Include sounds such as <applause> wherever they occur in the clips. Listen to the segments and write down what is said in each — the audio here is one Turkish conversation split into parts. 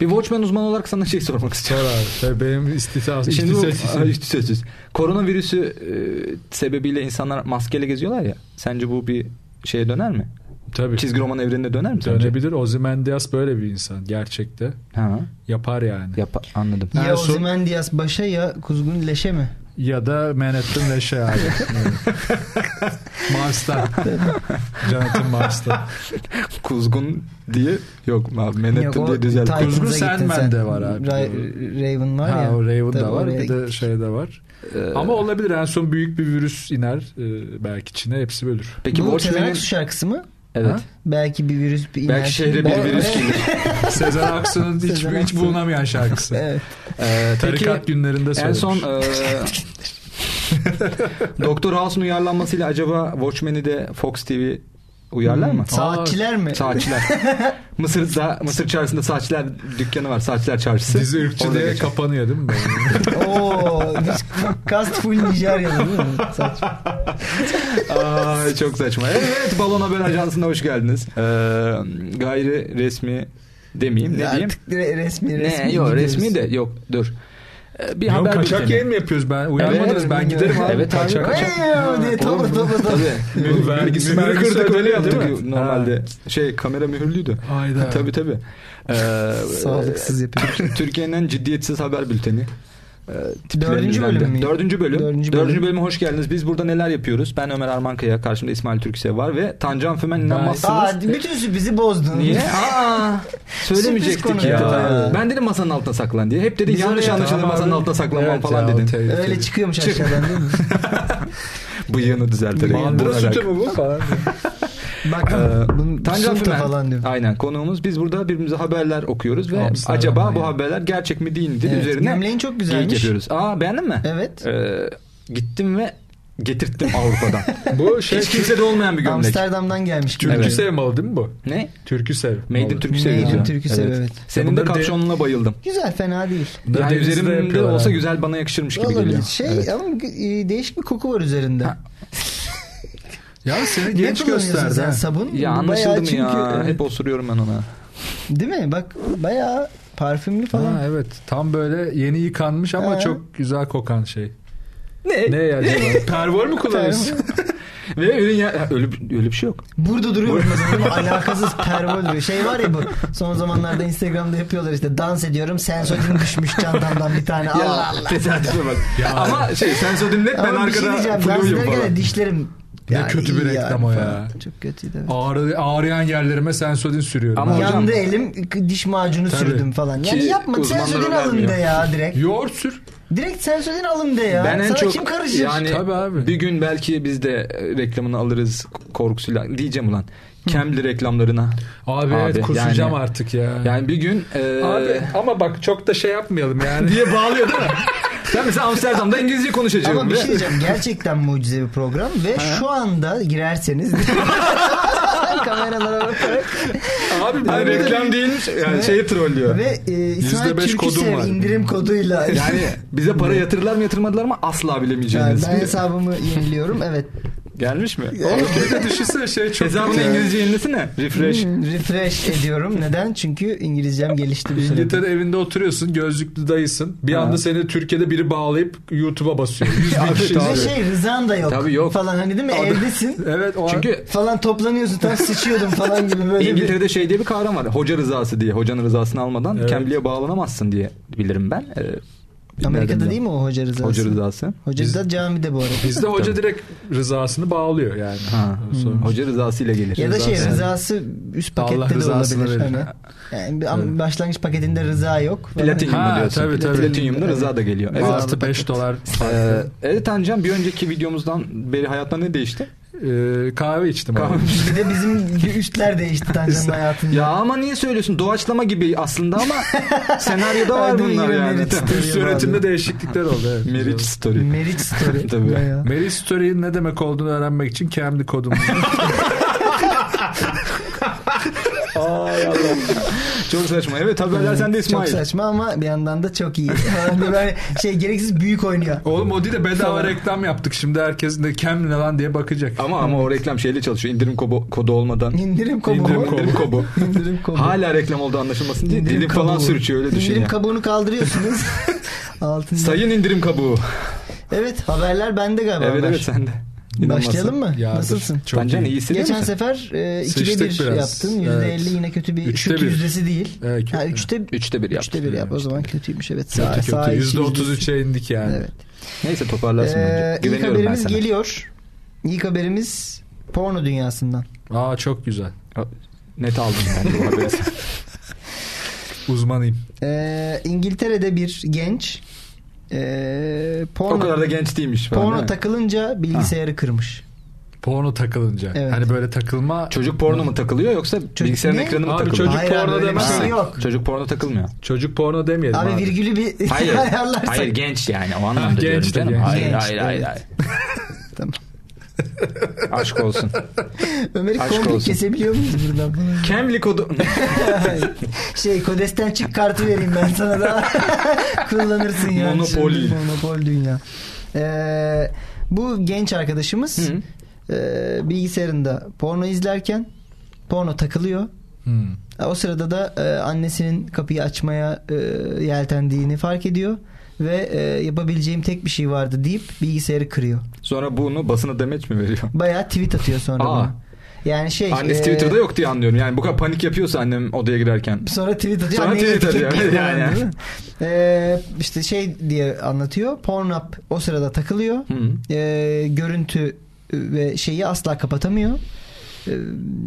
Bir Watchmen uzmanı olarak sana şey sormak istiyorum. <laughs> Sor abi. Ya Benim istisas, Şimdi bu, istisas- Aa, İhtisasçıyız. Koronavirüsü e, sebebiyle insanlar maskeyle geziyorlar ya. Sence bu bir şeye döner mi? Tabii. Çizgi roman evrenine döner mi sence? Dönebilir. Ozymandias böyle bir insan gerçekte. Ha, Yapar yani. yap anladım. Ha, Ya son- Ozymandias başa ya Kuzgun leşe mi? Ya da Manhattan ve <laughs> şey abi. Evet. Mars'ta. Jonathan Mars'ta. Kuzgun diye yok abi Yok, Manhattan o diye düzeltti. Titans'a Kuzgun gittin Sandman sen. de var abi. Ra- Raven var ha, ya. o Raven Tabii da var. oraya Bir de git. şey de var. e, Ee, Ama olabilir. En son büyük bir virüs iner. e, belki Çin'e hepsi ölür. <laughs> Peki Bu Tezen Watchmen'in Aksu şarkısı mı? evet. Ha? Belki bir virüs bir Belki şehre bir virüs <laughs> gelir. Sezen Aksu'nun hiç, Sezen hiç Aksu. bulunamayan şarkısı. Evet. Ee, peki Tarikat günlerinde en söylemiş. son e, <laughs> Doktor House'un uyarlanmasıyla acaba Watchmen'i de Fox TV uyarlar Hmm. mı? Saatçiler mi? <laughs> Saatçiler. Mısır'da Mısır çarşısında saatçiler dükkanı var. Saatçiler çarşısı. Dizi ırkçı Orada diye geçer. kapanıyor değil <laughs> mi? <laughs> Oo, biz cast full Nijeryalı değil mi? Saçma. Ay çok saçma. Evet Balon Haber Ajansı'na hoş geldiniz. Ee, gayri resmi demeyeyim ne diyeyim? Artık re- resmi resmi. ne yok gidiyoruz. resmi de yok dur. Ee, Bir Yok haber kaçak bülteni. yayın mı yapıyoruz ben? Uyanmadınız Evet. ben giderim abi. Evet abi. kaçak kaçak. Eyyoo diye topla topla topla. Tabii. <laughs> Mühür Mühür vergisi- vergisi mühür vergisi kırdık, öyle öyle yaptık yaptık. normalde. Şey kamera mühürlüydü. Hayda. Tabii tabii. Ee, Sağlıksız yapıyor. Türkiye'nin en ciddiyetsiz haber bülteni. Ee, Dördüncü tiplerinden de. bölüm mü? Dördüncü bölüm. Dördüncü, Dördüncü bölüm. bölüme hoş geldiniz. Biz burada neler yapıyoruz? Ben Ömer Armankaya, karşımda İsmail Türkse var ve Tancan Fümen inanmazsınız. Aa, bütün sürprizi bozdun. Niye? Aa, <laughs> Sürpriz söylemeyecektik konu ya. ya. Ben dedim masanın altına saklan diye. Hep dedin Biz yanlış oraya- anlaşılır Tamam masanın abi. altına saklanmam Evet falan ya, dedin. okey, okey. Öyle çıkıyormuş Çık. aşağıdan değil mi? Bıyığını düzelterek. Mandıra vurarak. sütü mü bu <laughs> falan. Bak Ee, bunun Tancan sunta Fümen. falan diyor. Aynen konuğumuz. Biz burada birbirimize haberler okuyoruz ve Hamster acaba adam bu ya. haberler gerçek mi değil mi diye Evet, üzerine gömleğin çok geyik güzelmiş. yapıyoruz. Aa beğendin mi? Evet. Ee, gittim ve getirttim Avrupa'dan. <laughs> bu şey Hiç kimsede olmayan bir gömlek. Amsterdam'dan gelmiş. Türkü Evet. sevmalı değil mi bu? Ne? Türkü sev. Made in Türkü seviyoruz. Neydim ya. Türk'ü sev evet. Senin de Bunları de- kapşonuna bayıldım. Güzel fena değil. Bunları Yani denizde üzerimde yapıyorlar olsa abi. güzel bana yakışırmış gibi Olabilir. geliyor. Şey Evet. ama e, değişik bir koku var üzerinde. Ya seni ne genç kullanıyorsun gösterdi. sen ha. sabun? Ya Bu anlaşıldı bayağı mı çünkü- ya? Evet. Hep osuruyorum ben ona. Değil mi? Bak bayağı parfümlü falan. Ha, evet tam böyle yeni yıkanmış ama Ee? Ha. çok güzel kokan şey. Ne? Ne <laughs> ya acaba? Pervol mu kullanıyorsun? Ve ürün ya... Ha, Öyle, bir- öyle bir şey yok. Burada duruyor mesela değil mi? alakasız pervol duruyor. Şey var ya bu son zamanlarda Instagram'da yapıyorlar işte dans ediyorum sensodin düşmüş çantamdan bir tane Allah Allah. Tesadüfe bak. Ama şey sen söyledin net ben Ama bir şey arkada diyeceğim dans fluyum ederken de falan. dişlerim Ne yani kötü bir iyi reklam o ya. falan. Çok kötüydü. evet. Ağrı, ağrıyan yerlerime sensodin sürüyorum. Ama- Ama hocam- Yandı elim k- diş macunu Tabii. sürdüm falan. Yani Ki yapma uzmanlar sensodin önermiyor. alın de ya direkt. Yoğurt sür. Direkt sensodin alın de ya. Ben en Sana çok kim karışır? yani Tabii abi. bir gün belki biz de e, reklamını alırız korkusuyla diyeceğim ulan. Kemli reklamlarına. Abi, evet Abi, kusacağım yani- artık ya. Yani bir gün e, Abi ama bak çok da şey yapmayalım <laughs> yani. diye bağlıyor değil mi? Sen mesela Amsterdam'da İngilizce konuşacaksın. Ama bir şey diyeceğim. Gerçekten mucize bir program ve şu anda girerseniz <laughs> kameralara bakarak Abi Hani Hayır, ben reklam değilmiş. Yani şeyi trollüyor. ve e, İsmail %5 kodum Türküsev var. indirim koduyla Yani bize para yatırırlar mı yatırmadılar mı asla Yani bilemeyeceğiniz. ben hesabımı yeniliyorum. Evet. Gelmiş mi? Oğlum bir de düşünsene şey çok Hesabını kötü. İngilizce yenilesene. Refresh. Hmm. Refresh ediyorum. Neden? Çünkü İngilizcem gelişti bir süre. İngiltere evinde oturuyorsun gözlüklü dayısın. Bir anda seni Türkiye'de biri bağlayıp YouTube'a <laughs> basıyor. 100 bin kişi Ve izliyor. şey rızan da yok. Tabii yok. Falan hani değil mi? Evdesin. Evet o Çünkü Çünkü falan toplanıyorsun. Tam sıçıyordum falan gibi böyle bir. İngiltere'de şey diye bir kavram var. Hoca rızası diye. Hocanın rızasını almadan Evet. Cambly'e bağlanamazsın diye bilirim ben. Ee, Amerika'da nereden değil mi o hoca rızası? biliyorum? Hoca rızası. Hoca da camide bu arada. bizde hoca direkt rızasını bağlıyor yani. Ha. Sonra- Hoca rızası ile gelir. Ya da şey Rızası. rızası üst Allah pakette de rızasını olabilir. verir. Hani. Yani bir- ama başlangıç paketinde rıza yok. Hani, falan. Platinyum Ha, diyorsun. tabii, tabii. Platinyumda rıza da geliyor. Evet. Bazı- Artı 5 dolar. Ee, evet Ancan bir önceki videomuzdan beri hayatta ne değişti? Ee, kahve içtim abi. Kahve- Bir de bizim üstler değişti Tancan'ın hayatında. <laughs> Ya ama niye söylüyorsun? Doğaçlama gibi aslında <laughs> ama senaryoda var Hadi bunlar yine yani. Meriç Tabii. diyor. <laughs> Üst yönetimde değişiklikler oldu. <laughs> Evet. Meriç Güzel. story. Merit <laughs> story. Tabii. Bayağı. Mary Story'in ne <laughs> demek olduğunu öğrenmek için kendi kodumu. Ay Allah. <laughs> Çok saçma. Evet haberler sende Hmm, Çok İsmail. saçma ama bir yandan da çok iyi. <laughs> Hani böyle şey gereksiz büyük oynuyor. Oğlum o değil de bedava reklam yaptık. Şimdi herkesin de kem ne lan diye bakacak. Ama ama o reklam şeyle çalışıyor. İndirim kobo- kodu olmadan. İndirim kabuğu. İndirim kabuğu. İndirim kobu. İndirim kabuğu. Hala reklam olduğu anlaşılmasın diye İndirim dilim falan kabuğu. sürçüyor öyle düşün İndirim ya. <laughs> kabuğunu kaldırıyorsunuz. Altın. Sayın indirim kabuğu. Evet haberler bende galiba. Evet Ömer. evet sende. İnanmazsın. Başlayalım mı? Yardır. Nasılsın? Çok Bence iyi. iyi hissediyor Geçen musun? sefer e, Sıçtık ikide bir biraz. yaptın. %50 Evet. yine kötü bir Üçte şut bir. yüzdesi değil. Evet, Ha, kötü. üçte, Üçte bir yap. üçte bir yap. O zaman kötüymüş evet. şey Sağ, Kötü sağ kötü. içi Yüzde yüzdesi. otuz üçe indik yani. Evet. Neyse toparlarsın Ee, bence. ilk Güveniyorum ben haberimiz sana. geliyor. İlk haberimiz porno dünyasından. Aa çok güzel. Net aldım ben bu haberi. Uzmanıyım. Ee, İngiltere'de bir genç ee, <laughs> porno, o kadar da genç değilmiş. Falan, porno değil mi? takılınca bilgisayarı kırmış. Porno takılınca. Evet. Hani böyle takılma. Çocuk porno mu takılıyor yoksa bilgisayarın ne? ekranı mı Abi takılıyor? çocuk Hayır abi, porno öyle bir demezsin. şey yok. Çocuk porno <laughs> takılmıyor. Çocuk porno demeyelim abi. Abi virgülü bir Hayır. <laughs> ayarlarsak. hayır genç yani o anlamda genç diyorum de canım. genç. Hayır, Genç, hayır hayır evet. hayır. <laughs> Tamam. <laughs> Aşk olsun. Ömer'i Aşk komple olsun. kesebiliyor muyuz buradan? Kemli kodu. <laughs> şey kodesten çık kartı vereyim ben sana da <laughs> kullanırsın yani. Monopol. Şimdi Monopol dünya. Ee, bu genç arkadaşımız Hı. e, bilgisayarında porno izlerken porno takılıyor. Hmm. O sırada da e, annesinin kapıyı açmaya e, yeltendiğini fark ediyor ve e, yapabileceğim tek bir şey vardı deyip bilgisayarı kırıyor. Sonra bunu basına demeç mi veriyor? Bayağı tweet atıyor sonra. Aa. buna. Yani şey Annesi e, Twitter'da yok diye anlıyorum. Yani bu kadar panik yapıyorsa annem odaya girerken. Sonra tweet atıyor. Sonra Anneye tweet atıyor. etiketliyor falan, Yani. değil mi? Ee, işte şey diye anlatıyor. Pornhub o sırada takılıyor. Hı. Ee, görüntü ve şeyi asla kapatamıyor. Ee,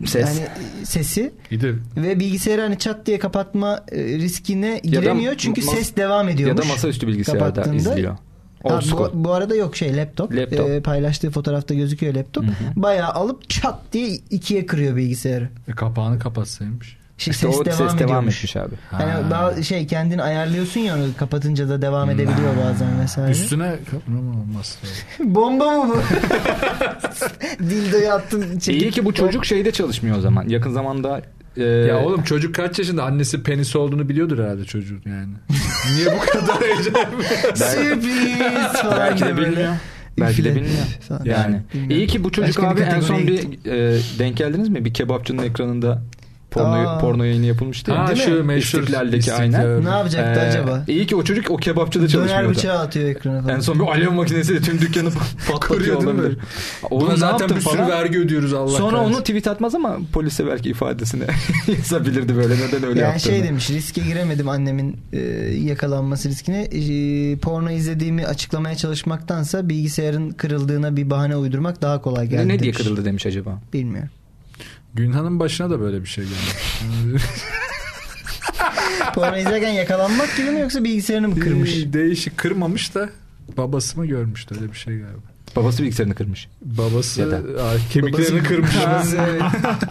Ses. Yani e, sesi. İyi de Ve bilgisayarı hani çat diye kapatma e, riskine da giremiyor. çünkü mas- ses devam Ya ediyormuş. da masaüstü bilgisayarda Kapattığında- izliyor. Ha, Old school. bu, bu arada yok şey laptop. Laptop. Ee, paylaştığı fotoğrafta gözüküyor laptop. Hı hı. Bayağı alıp çat diye ikiye kırıyor bilgisayarı. e, kapağını kapatsaymış. Şey, İşte ses, o devam ses devam ediyormuş. etmiş abi. Ha. Hani bazı şey kendini ayarlıyorsun ya onu kapatınca da devam Hmm. edebiliyor bazen vesaire. Üstüne olmaz. <laughs> Bomba mı bu? <laughs> Dildoyu attım. çekip- İyi ki bu çocuk şeyde çalışmıyor o zaman. Yakın zamanda e, ya oğlum çocuk kaç yaşında annesi penisi olduğunu biliyordur herhalde çocuğun yani. Niye bu kadar heyecan? <laughs> Sürpriz falan belki de diye böyle. bilmiyor. Belki de Üfle bilmiyor. falan. Yani Bilmiyorum. iyi ki bu çocuk Başka bir abi en son kategoriye bir e, denk geldiniz mi? Bir kebapçının ekranında porno Aa. porno yayını yapılmıştı. ya. Ha, şu meşhur İstiklal'deki istiklal. aynen. Ne yapacaktı Ee, acaba? İyi ki o çocuk o kebapçıda Döner şey çalışmıyordu. bıçağı atıyor ekrana falan. En son bir alev makinesiyle tüm dükkanı <laughs> Kırıyor patlatıyor değil mi? olabilir. Buna Oğlum ne zaten yaptın bir sürü falan? vergi ödüyoruz Allah Sonra kahretsin. onu tweet atmaz ama polise belki ifadesini <laughs> yazabilirdi böyle neden öyle yani yaptığını. şey demiş riske giremedim annemin e, yakalanması riskine. E, porno izlediğimi açıklamaya çalışmaktansa bilgisayarın kırıldığına bir bahane uydurmak daha kolay geldi. ne, ne diye demiş. kırıldı demiş acaba? Bilmiyorum. Günhan'ın başına da böyle bir şey gelmiş. Porno izlerken yakalanmak gibi mi yoksa bilgisayarını Ee, mı <laughs> kırmış? Değişik kırmamış da babası mı görmüştü öyle bir şey galiba. Babası bilgisayarını kırmış. Babası Ya Aa, kemiklerini Babası- kırmış. babası, <laughs> evet,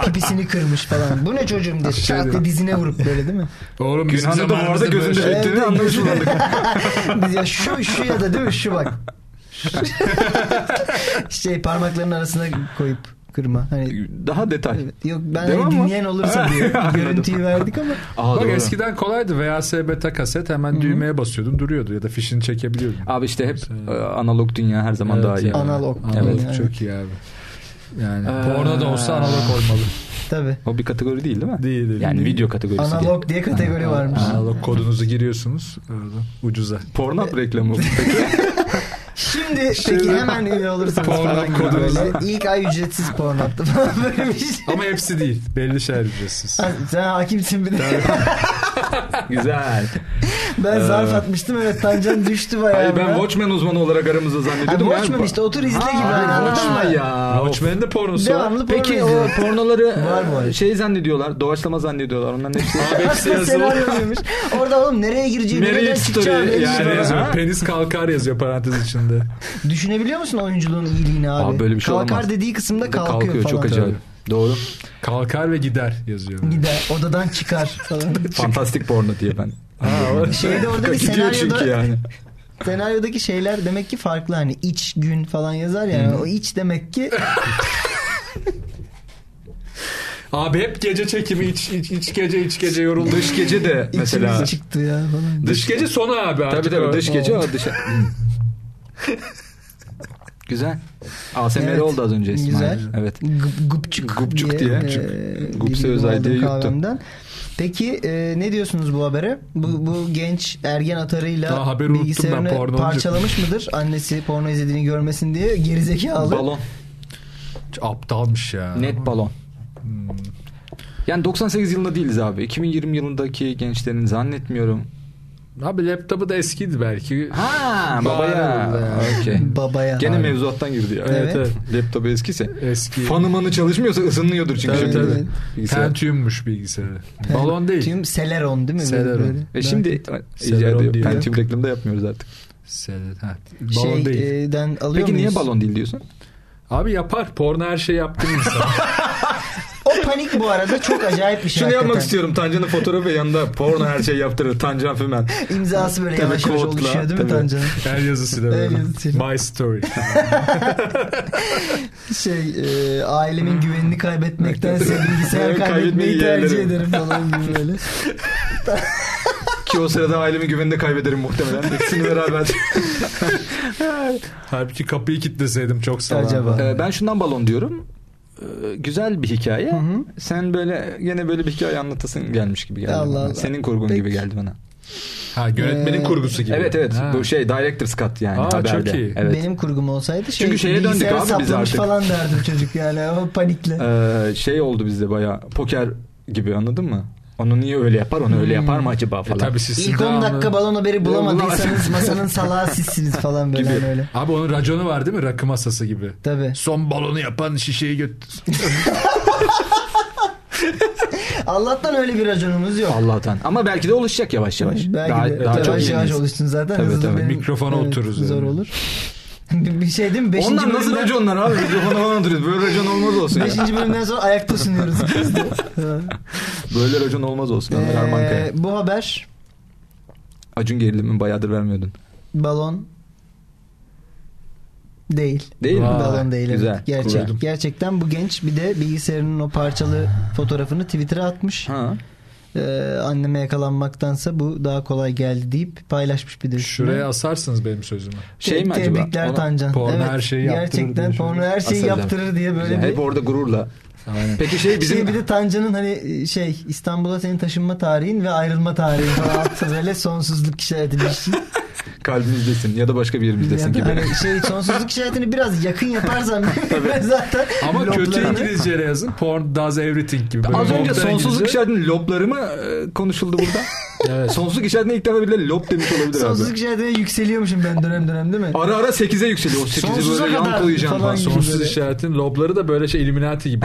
Pipisini kırmış falan. Bu ne çocuğum diye Şey çat diye diyor. dizine vurup böyle değil mi? Oğlum bizim Günhan'ın da bu arada zamanımızda böyle gözünde şey- Evet, bittiğini anlamış gözünde- olalım. <laughs> Biz ya şu şu ya da değil mi şu <laughs> bak. şey parmaklarının arasına koyup kırma. Hani Daha detay. evet. yok ben Devam hani mı? dinleyen olursa <laughs> diye Anladım. görüntüyü verdik ama Aa, Bak doğru. eskiden kolaydı. VHS beta kaset hemen düğmeye basıyordun duruyordu ya da fişini çekebiliyordun. Abi işte hep e, analog dünya her zaman Evet daha iyi. ya. Analog. Analog Evet. çok iyi abi. Yani Ee, porno da olsa analog olmalı. tabi. O bir kategori değil <laughs> değil mi? Değil. değil. Yani video kategorisi değil. Analog diye kategori varmış. Analog kodunuzu giriyorsunuz. Orada ucuza. Pornhub reklamı. Peki. <laughs> Şimdi peki hemen üye olursanız Porno falan gibi kodumuz. böyle. İlk ay ücretsiz porno attı falan <laughs> böyle bir şey. Ama hepsi değil. Belli şeyler ücretsiz. Ha, Sen hakimsin bir de. Güzel. Ben zarf Ee. atmıştım evet Tancan düştü bayağı. Hayır ben buna. Watchmen uzmanı olarak aramızda Ha, zannediyordum. Watchmen işte otur izle gibi. yani, Abi anladın Watchmen mı? ya. Watchmen'in de pornosu var. Devamlı porno Peki o izliyorum. pornoları <laughs> Var bu arada. e, şey zannediyorlar. Doğaçlama zannediyorlar. Onların hepsi. Abi hepsi Aslında yazılı. senaryo demiş. Orada oğlum nereye gireceği, Nereye nereden story çıkacağı belli yani değil. yazıyor. Ha? Penis kalkar yazıyor parantez içinde. Düşünebiliyor musun oyunculuğun iyiliğini abi? Abi böyle bir şey Kalkar olamaz. dediği kısımda kalkıyor, falan. çok acayip. Doğru. Kalkar ve gider yazıyor. Gider odadan <laughs> çıkar falan. Fantastik porno diye ben. Şeyde orada bir Gidiyor çünkü senaryoda yani. senaryodaki şeyler demek ki farklı hani iç gün falan yazar ya. O iç demek ki Abi hep gece çekimi iç, iç, iç gece iç gece yoruldu. Dış gece de mesela. İçimiz çıktı ya falan. Dış gece sona abi artık. Tabii tabii o. dış gece o dış. Güzel. ASMR Evet. oldu az önce İsmail. Güzel. Evet. Gu- Gupçuk, Gupçuk diye. e, Gupse bir Özay bilgi diye aldım yuttu. kahvemden. Peki e, ne diyorsunuz bu habere? Bu, bu genç ergen Daha atarıyla haberi unuttum ben, bilgisayarını porno olunca. parçalamış mıdır? Annesi porno izlediğini görmesin diye gerizekalı. Balon. Aptalmış ya. Net balon. Yani 98 yılında değiliz abi. 2020 yılındaki gençlerin zannetmiyorum. Abi laptopu da eskidi belki. Ha babaya. Bağırıyordu ya. Okey. Babaya. Gene Abi. mevzuattan girdi ya. Evet, evet. Laptopu eskiyse. Eski. Fanı manı çalışmıyorsa ısınıyordur çünkü. şimdi. Tabii, tabii. Bilgisayar. Pentium'muş bilgisayarı. Balon değil. Tüm Celeron değil mi? Celeron. E şimdi Celeron icat diyor. Pentium reklamı da yapmıyoruz artık. Sel- ha, Balon Balon şey, değil. değil. E, alıyor Peki niye muyuz? balon değil diyorsun? Abi yapar. Porno her şey yaptığın <laughs> insan. O panik bu arada çok acayip bir şey. Şunu yapmak hakikaten. istiyorum. Tancan'ın fotoğrafı yanında porno her şeyi yaptırır. Tancan Fümen. İmzası böyle Tabii, yavaş yavaş kodla, oluşuyor değil tabii. mi Tancan'ın? Her yazısıyla böyle. Her yazısıyla. My story. şey e, ailemin güvenini kaybetmektense <laughs> bilgisayar Kaybetmeyi kaybetmeyi tercih yeğlerim. ederim falan gibi böyle. Ki o sırada ailemin güvenini de kaybederim muhtemelen. İkisini beraber. Halbuki kapıyı kilitleseydim çok sağlam. Acaba. Ee, ben şundan balon diyorum. Ee, Güzel bir hikaye. hı. Sen böyle yine böyle bir hikaye anlatasın gelmiş gibi geldi. Allah bana. Allah. Senin kurgun Peki. gibi geldi bana. Ha yönetmenin Ee, kurgusu gibi. Evet evet. Ha. Bu şey director's cut yani Aa, haberde. çok iyi. <laughs> Evet. Benim kurgum olsaydı şey, Çünkü şeye döndük bilgisayara abi biz saplamış artık. falan derdim çocuk yani ama panikle. Ee, şey oldu bizde baya poker gibi anladın mı? Onu niye öyle yapar onu öyle yapar mı acaba E falan. tabii siz İlk 10 daha dakika onu- balon haberi <laughs> bulamadıysanız Bulamadım. masanın salağı sizsiniz falan böyle Gibi. hani öyle. Abi onun raconu var değil mi? Rakı masası gibi. Tabii. Son balonu yapan şişeyi götür. Allah'tan öyle bir raconumuz yok. Allah'tan. Ama belki de oluşacak yavaş yavaş. Belki daha de daha yavaş çok yavaş yeniyiz. oluştun zaten. Tabii, hızlı tabii. benim- Mikrofona otururuz Zor yani. olur. <laughs> bir şey değil mi? Beşinci Ondan nasıl bölümden- raconlar abi? Mikrofona falan duruyoruz. Böyle racon olmaz olsun. ya. Beşinci bölümden sonra ayakta sunuyoruz <laughs> ikimiz de. Böyle racon olmaz olsun. Ömer Arman Kaya. Ee, bu haber Acun gerilimi bayağıdır vermiyordun. balon değil. Değil mi? Vay. balon değil. güzel, evet. Gerçek. kuvvetli. Gerçekten bu genç bir de bilgisayarının o parçalı fotoğrafını Twitter'a atmış. Ha. Ee, anneme yakalanmaktansa bu daha kolay geldi deyip paylaşmış bir de. üstüne. Şuraya asarsınız benim <laughs> sözümü. Şey mi Te- acaba? Tebrikler Ona- Tancan. porno evet, her şeyi yaptırır Gerçekten diye şey. porno şöyle. her şeyi Aslında. yaptırır diye böyle Güzel. bir... Hep orada gururla. Aynen. Peki şey bizim Şey bir de Tancan'ın hani şey İstanbul'a senin taşınma tarihin ve ayrılma tarihin falan attı <laughs> böyle sonsuzluk işareti bir şey. kalbimizdesin ya da başka bir yerimizdesin Yani gibi. hani şey sonsuzluk işaretini biraz yakın <laughs> yaparsan zaten Ama kötü loblarını- İngilizceyle yazın. Porn does everything gibi. Böyle Az önce modern sonsuzluk İngilizce. işaretinin lobları mı e, konuşuldu <laughs> burada? Evet. sonsuzluk işaretine ilk defa birileri lob demiş olabilir Sonsuzluk abi. işaretine yükseliyormuşum ben dönem dönem değil mi? Ara ara 8'e yükseliyor. O 8'i Sonsuza böyle kadar yankılayacağım falan falan. gibi. Sonsuz Böyle. işaretin lobları da böyle şey Illuminati gibi <laughs>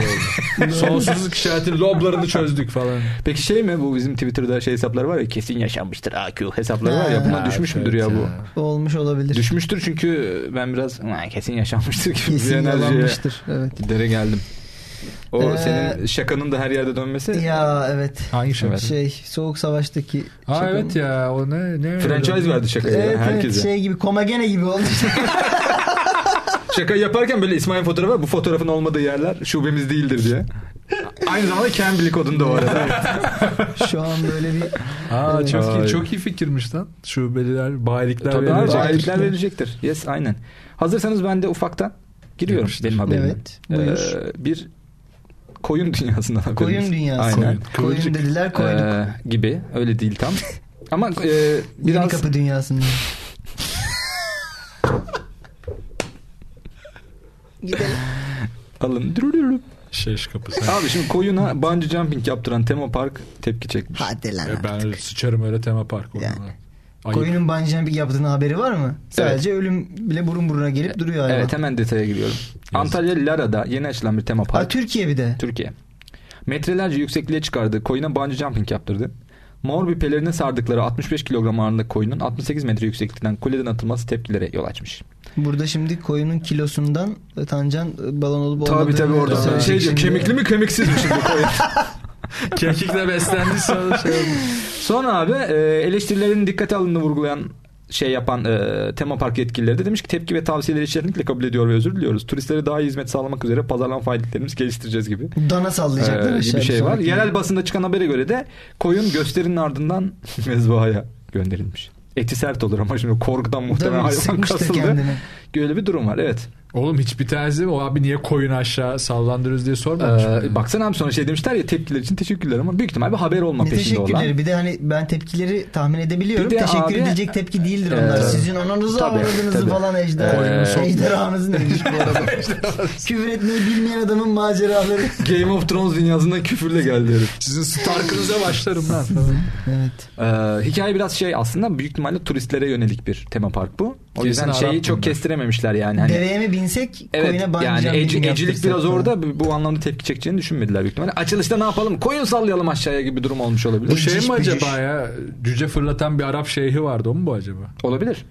oldu. Sonsuzluk işaretin loblarını çözdük falan. Peki şey mi bu bizim Twitter'da şey hesapları var ya kesin yaşanmıştır AQ hesapları var ya Ha. buna düşmüş Evet, müdür ya bu? evet. Olmuş olabilir. Düşmüştür çünkü ben biraz "Ha, kesin yaşanmıştır gibi bir Kesin enerjiye yalanmıştır. Evet. gidere geldim. O Ee, senin şakanın da her yerde dönmesi. Ya evet. Hangi şey? Evet. Şey Soğuk Savaş'taki Ha şaka- evet ya o ne? ne Franchise verdi şakayı Evet, ya, herkese. evet şey gibi komagene gibi oldu. Şaka yaparken böyle İsmail fotoğrafı var. Bu fotoğrafın olmadığı yerler şubemiz değildir diye. Aynı zamanda Cambly kodunda o arada. Şu an böyle bir Aa Evet. çok Ay. iyi çok iyi fikirmiş lan. Şubeliler, bayilikler Tabii abi verilecek. bayilikler verilecektir. Yes aynen. Hazırsanız ben de ufaktan giriyorum Yapıştır. benim haberime. Evet, buyur. Ee, bir koyun dünyasından haberimiz. koyun dünyası. Aynen. Koyun, Kıvırcık. dediler koyduk. Ee, gibi öyle değil <laughs> tam. Ama e, Yeni biraz kapı dünyasında. Gidelim. alın. Dürürürüm. Şeş kapısı. Abi şimdi koyuna bungee jumping yaptıran tema park tepki çekmiş. Hadi lan. Ya ben sıçarım öyle tema park oyununa. Yani. Ayıp. <laughs> Koyunun bungee jumping yaptığının haberi var mı? Sadece ölüm bile burun buruna gelip duruyor hayvan. Evet hemen detaya giriyorum. Antalya Lara'da yeni açılan bir tema park. Ha, Türkiye bir de. Türkiye. Metrelerce yüksekliğe çıkardığı koyuna bungee jumping yaptırdı. Mor bir pelerine sardıkları 65 kilogram ağırlığındaki koyunun 68 metre yükseklikten kuleden atılması tepkilere yol açmış. Burada şimdi koyunun kilosundan Tancan e, balon olup olmadığını Tabii tabii orada. söyleyecek Şey diyor, şimdi. kemikli mi kemiksiz mi şimdi <laughs> koyun? Kekikle beslendiyse şey olmuş. Sonra abi e, eleştirilerin dikkate alındığını vurgulayan şey yapan e, tema park yetkilileri de demiş ki tepki ve tavsiyeleri içerikle kabul ediyor ve özür diliyoruz. Turistlere daha iyi hizmet sağlamak üzere pazarlama faaliyetlerimizi geliştireceğiz gibi. Dana sallayacaklar Ee, gibi aşağı bir şey var. sonraki- Yerel basında çıkan habere göre de koyun gösterinin ardından <laughs> mezbahaya gönderilmiş. Eti sert olur ama şimdi korkudan muhtemelen Tabii, hayvan sıkmıştır kasıldı. kendini. Böyle bir durum var evet. Oğlum hiçbir terzi o abi niye koyun aşağı sallandırıyoruz diye sormamış. mı? Ee, baksana abi sonra şey demişler ya tepkiler için teşekkürler ama büyük ihtimal bir haber olma Ne peşinde olan. teşekkürleri. Bir de hani ben tepkileri tahmin edebiliyorum. Bir de Teşekkür abi- edecek tepki değildir onlar. Ee, Sizin ananızı tabii, avradınızı tabii. Ee, falan ejderha. Koyunu sokmuş. Ejderhanız neymiş bu arada? <laughs> <laughs> Küfür etmeyi bilmeyen adamın maceraları. Game of Thrones dünyasında küfürle geldi herif. Sizin Stark'ınıza başlarım lan. Evet. Ee, hikaye biraz şey aslında büyük ihtimalle turistlere yönelik bir tema park bu. O Kesin yüzden şeyi Arap çok bunlar. kestirememişler yani. Hani, <laughs> Deveye mi binsek Evet koyuna yani bungee eci- jumping ecilik yaptırsak biraz falan. orada bu- bu anlamda tepki çekeceğini düşünmediler büyük ihtimalle. Açılışta ne yapalım koyun sallayalım aşağıya gibi bir durum olmuş olabilir. Bu şey Bücüş mi acaba bücüş. ya? Cüce fırlatan bir Arap şeyhi vardı o mu bu acaba? Olabilir.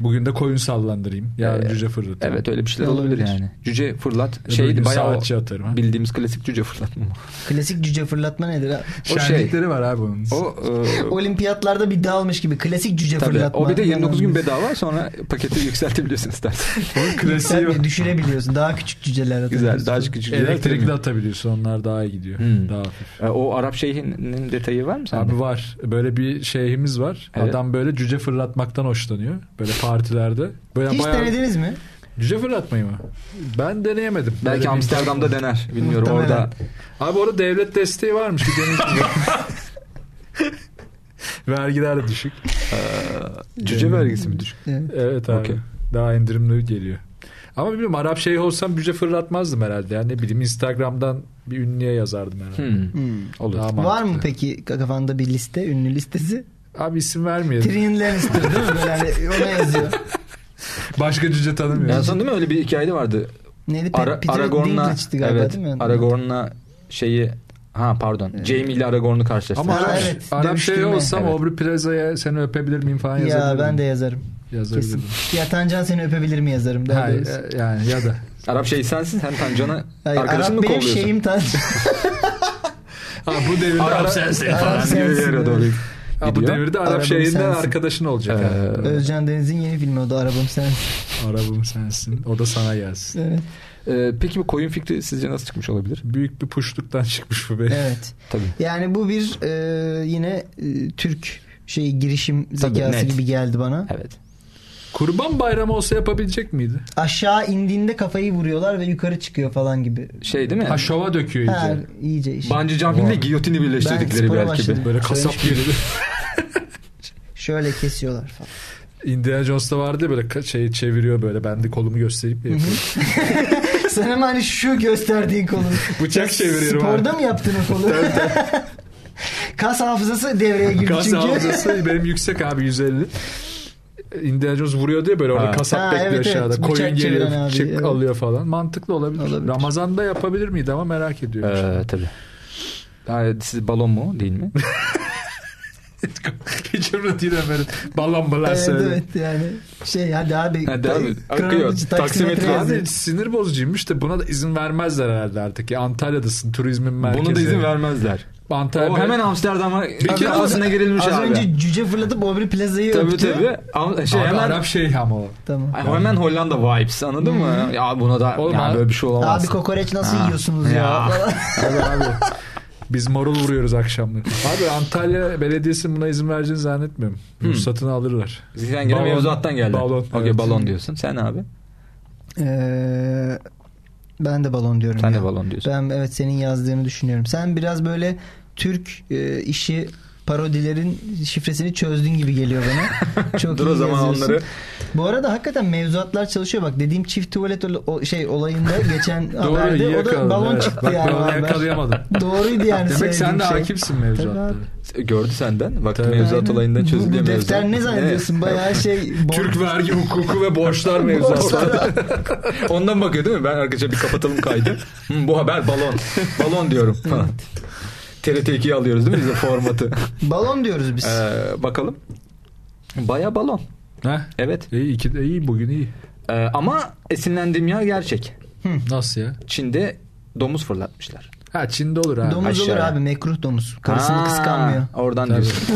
Bugün de koyun sallandırayım. Yarın Ee, cüce fırlatayım. Evet öyle bir şeyler olabilir, Olabilir. yani. Cüce fırlat Öbür şey gün bayağı E, saatçi atarım. Ha? bildiğimiz klasik cüce fırlatma. Klasik cüce fırlatma nedir abi? o şey. Şenlikleri var abi bunun. <laughs> O, e, Olimpiyatlarda bir dalmış gibi klasik cüce tabii. fırlatma. o bir de 29 gün Yalnız. bedava sonra paketi yükseltebiliyorsun istersen. <laughs> Onun klasiği Sen var. bir düşürebiliyorsun. Daha küçük cüceler Güzel atabiliyorsun. daha küçük Elektrikli atabiliyorsun onlar daha iyi gidiyor. Hmm. Daha hafif. E, O Arap şeyhinin detayı var mı sende? Abi var. Böyle bir şeyhimiz var. Evet. Adam böyle cüce fırlatmaktan hoşlanıyor. Böyle partilerde. Böyle Hiç bayağı... denediniz mi? Cüce fırlatmayı mı? Ben deneyemedim. Böyle Belki bir- Amsterdam'da dener. Bilmiyorum Muhtemelen. orada. Abi orada devlet desteği varmış. Bir deneyim. <laughs> Vergiler de düşük. Ee, Cüce vergisi mi düşük? Evet. Evet abi. Okey. Daha indirimli geliyor. Ama bilmiyorum Arap şeyhi olsam cüce fırlatmazdım herhalde. Yani ne bileyim Instagram'dan bir ünlüye yazardım herhalde. Hmm. Hmm. Olur. Daha Var mı mantıklı. peki kafanda bir liste, ünlü listesi? Abi isim vermeyelim. Tyrion Lannister değil mi? <laughs> Böyle hani ona yazıyor. Başka cüce Ya tanımıyorum. sen değil mi öyle bir hikayede vardı? Neydi? Pe- Ara, Peter Aragorn'la Dinklage'ti galiba evet, değil mi? Aragorn'la şeyi ha pardon. Jamie ile Aragorn'u karşılaştırdı. Ama Ha, Arap, evet, Arap şeyhi dövüştürme. olsam Evet. Aubrey Plaza'ya seni öpebilir miyim falan Ya yazabilirim. ben de yazarım. Kesin. yazabilirim. Ya Tancan seni öpebilir mi yazarım daha Hayır, doğrusu. e, yani <laughs> ya da. Arap şeyi sensin. Sen Tancan'ı Hayır, arkadaşını mı Arap benim kovuyorsun? şeyim Tancan. Ha, bu devirde <laughs> Arap, sensin Arap falan gibi bir sensin, yere evet. doğru. ha, bu gidiyor. devirde Arap Arabam şeyhinden sensin. arkadaşın olacak. Ee, abi. Özcan Deniz'in yeni filmi o da Arabam Sen. Arabım sensin. O da sana gelsin. Evet. Ee, peki bu koyun fikri sizce nasıl çıkmış olabilir? Büyük bir puşluktan çıkmış bu be. evet. <laughs> Tabii. Yani bu bir e, yine e, Türk şey girişim Tabii, zekası net. gibi geldi bana. Evet. Kurban bayramı olsa yapabilecek miydi? Aşağı indiğinde kafayı vuruyorlar ve yukarı çıkıyor falan gibi. Şey değil mi? Ha şova döküyor iyice. Ha, iyice iş. Bungee jumping ile giyotini birleştirdikleri spora belki başladım. bir. Böyle kasap gibi. Şöyle kesiyorlar falan. <laughs> Indiana Jones'ta vardı ya böyle ka- şey çeviriyor böyle. Ben de kolumu gösterip de yapıyorum. <laughs> Sen hemen hani şu <laughs> gösterdiğin kolu. Bıçak çeviriyorum Sporda abi. mı yaptın o kolu? <laughs> Kas hafızası devreye girdi Kas çünkü. hafızası benim yüksek abi 150. Indiana Jones vuruyor diye böyle orada Ha. kasap Ha, bekliyor evet, evet. aşağıda. Bıçak Koyun geliyor çeviren abi, çık evet. alıyor falan. Mantıklı olabilir. Olabilir. Ramazan'da yapabilir miydi ama merak ediyorum. <laughs> Ee, tabii. Ha, siz balon mu değil mi? Hiç ömrü değil Ömer'in. Balon balon <laughs> Evet söyle. evet yani şey hadi abi. Hadi abi, Kral- akıyor. Taksimetre Taksimetre yazıyor. Abi sinir bozucuymuş da buna da izin vermezler herhalde artık. Ya Antalya'dasın turizmin merkezi. Bunu da izin vermezler. Antalya o hemen Amsterdam'a Ee, kere- kafasına girilmiş Az abi. önce cüce fırlatıp Aubrey Plaza'yı Tabii öptü. tabii. Am- Şey, Abi hemen, Arap şeyhi ama o. Tamam. Ay, hemen Hollanda vibes anladın mı? Ya buna da Hmm. Oğlum ya abi- böyle bir şey olamaz. Abi kokoreç nasıl Ha. yiyorsunuz ya? Ya. falan. Abi abi. Biz marul vuruyoruz akşamları. Abi Antalya Belediyesi buna izin vereceğini zannetmiyorum. Hmm. Ruhsatını alırlar. Sen gene Balon. mevzuattan geldin. Balon, Okey, evet. balon diyorsun. Sen abi? <laughs> Ee, ben de balon diyorum. Sen ya. de balon diyorsun. Ben evet senin yazdığını düşünüyorum. Sen biraz böyle Türk e, işi parodilerin şifresini çözdün gibi geliyor <laughs> bana. Çok Dur iyi o zaman yazıyorsun. onları. Bu arada hakikaten mevzuatlar çalışıyor. Bak dediğim çift tuvalet ol- o- şey <laughs> olayında geçen Doğru haberde iyi o da yakaladın. balon evet. çıktı Bak, yani. ben o onu haber. yakalayamadım. Doğruydu yani. Demek sen söylediğim de şey. hakimsin mevzuatta. Tabii Gördü senden. Bak Tabii. mevzuat Aynen. olayından Bu- çözülüyor bu mevzuat. Defter ne <laughs> zannediyorsun? Bayağı şey. bor- Türk vergi hukuku ve <laughs> borçlar mevzuatı. borçlara- Evet. <laughs> Ondan bakıyor değil mi? Ben arkadaşlar bir kapatalım kaydı. Hı, bu haber balon. Balon <laughs> diyorum. falan. TRT 2'yi alıyoruz değil mi biz de formatı? Balon diyoruz biz. Ee, bakalım. Baya balon. Heh. Evet. İyi, E, iki, iyi bugün iyi. Ee, ama esinlendiğim yer gerçek. Nasıl ya? Çin'de domuz fırlatmışlar. Ha Çin'de olur abi. domuz olur aşağıya. abi mekruh domuz. Karısını Ha, kıskanmıyor. Oradan Tabii. diyorsun.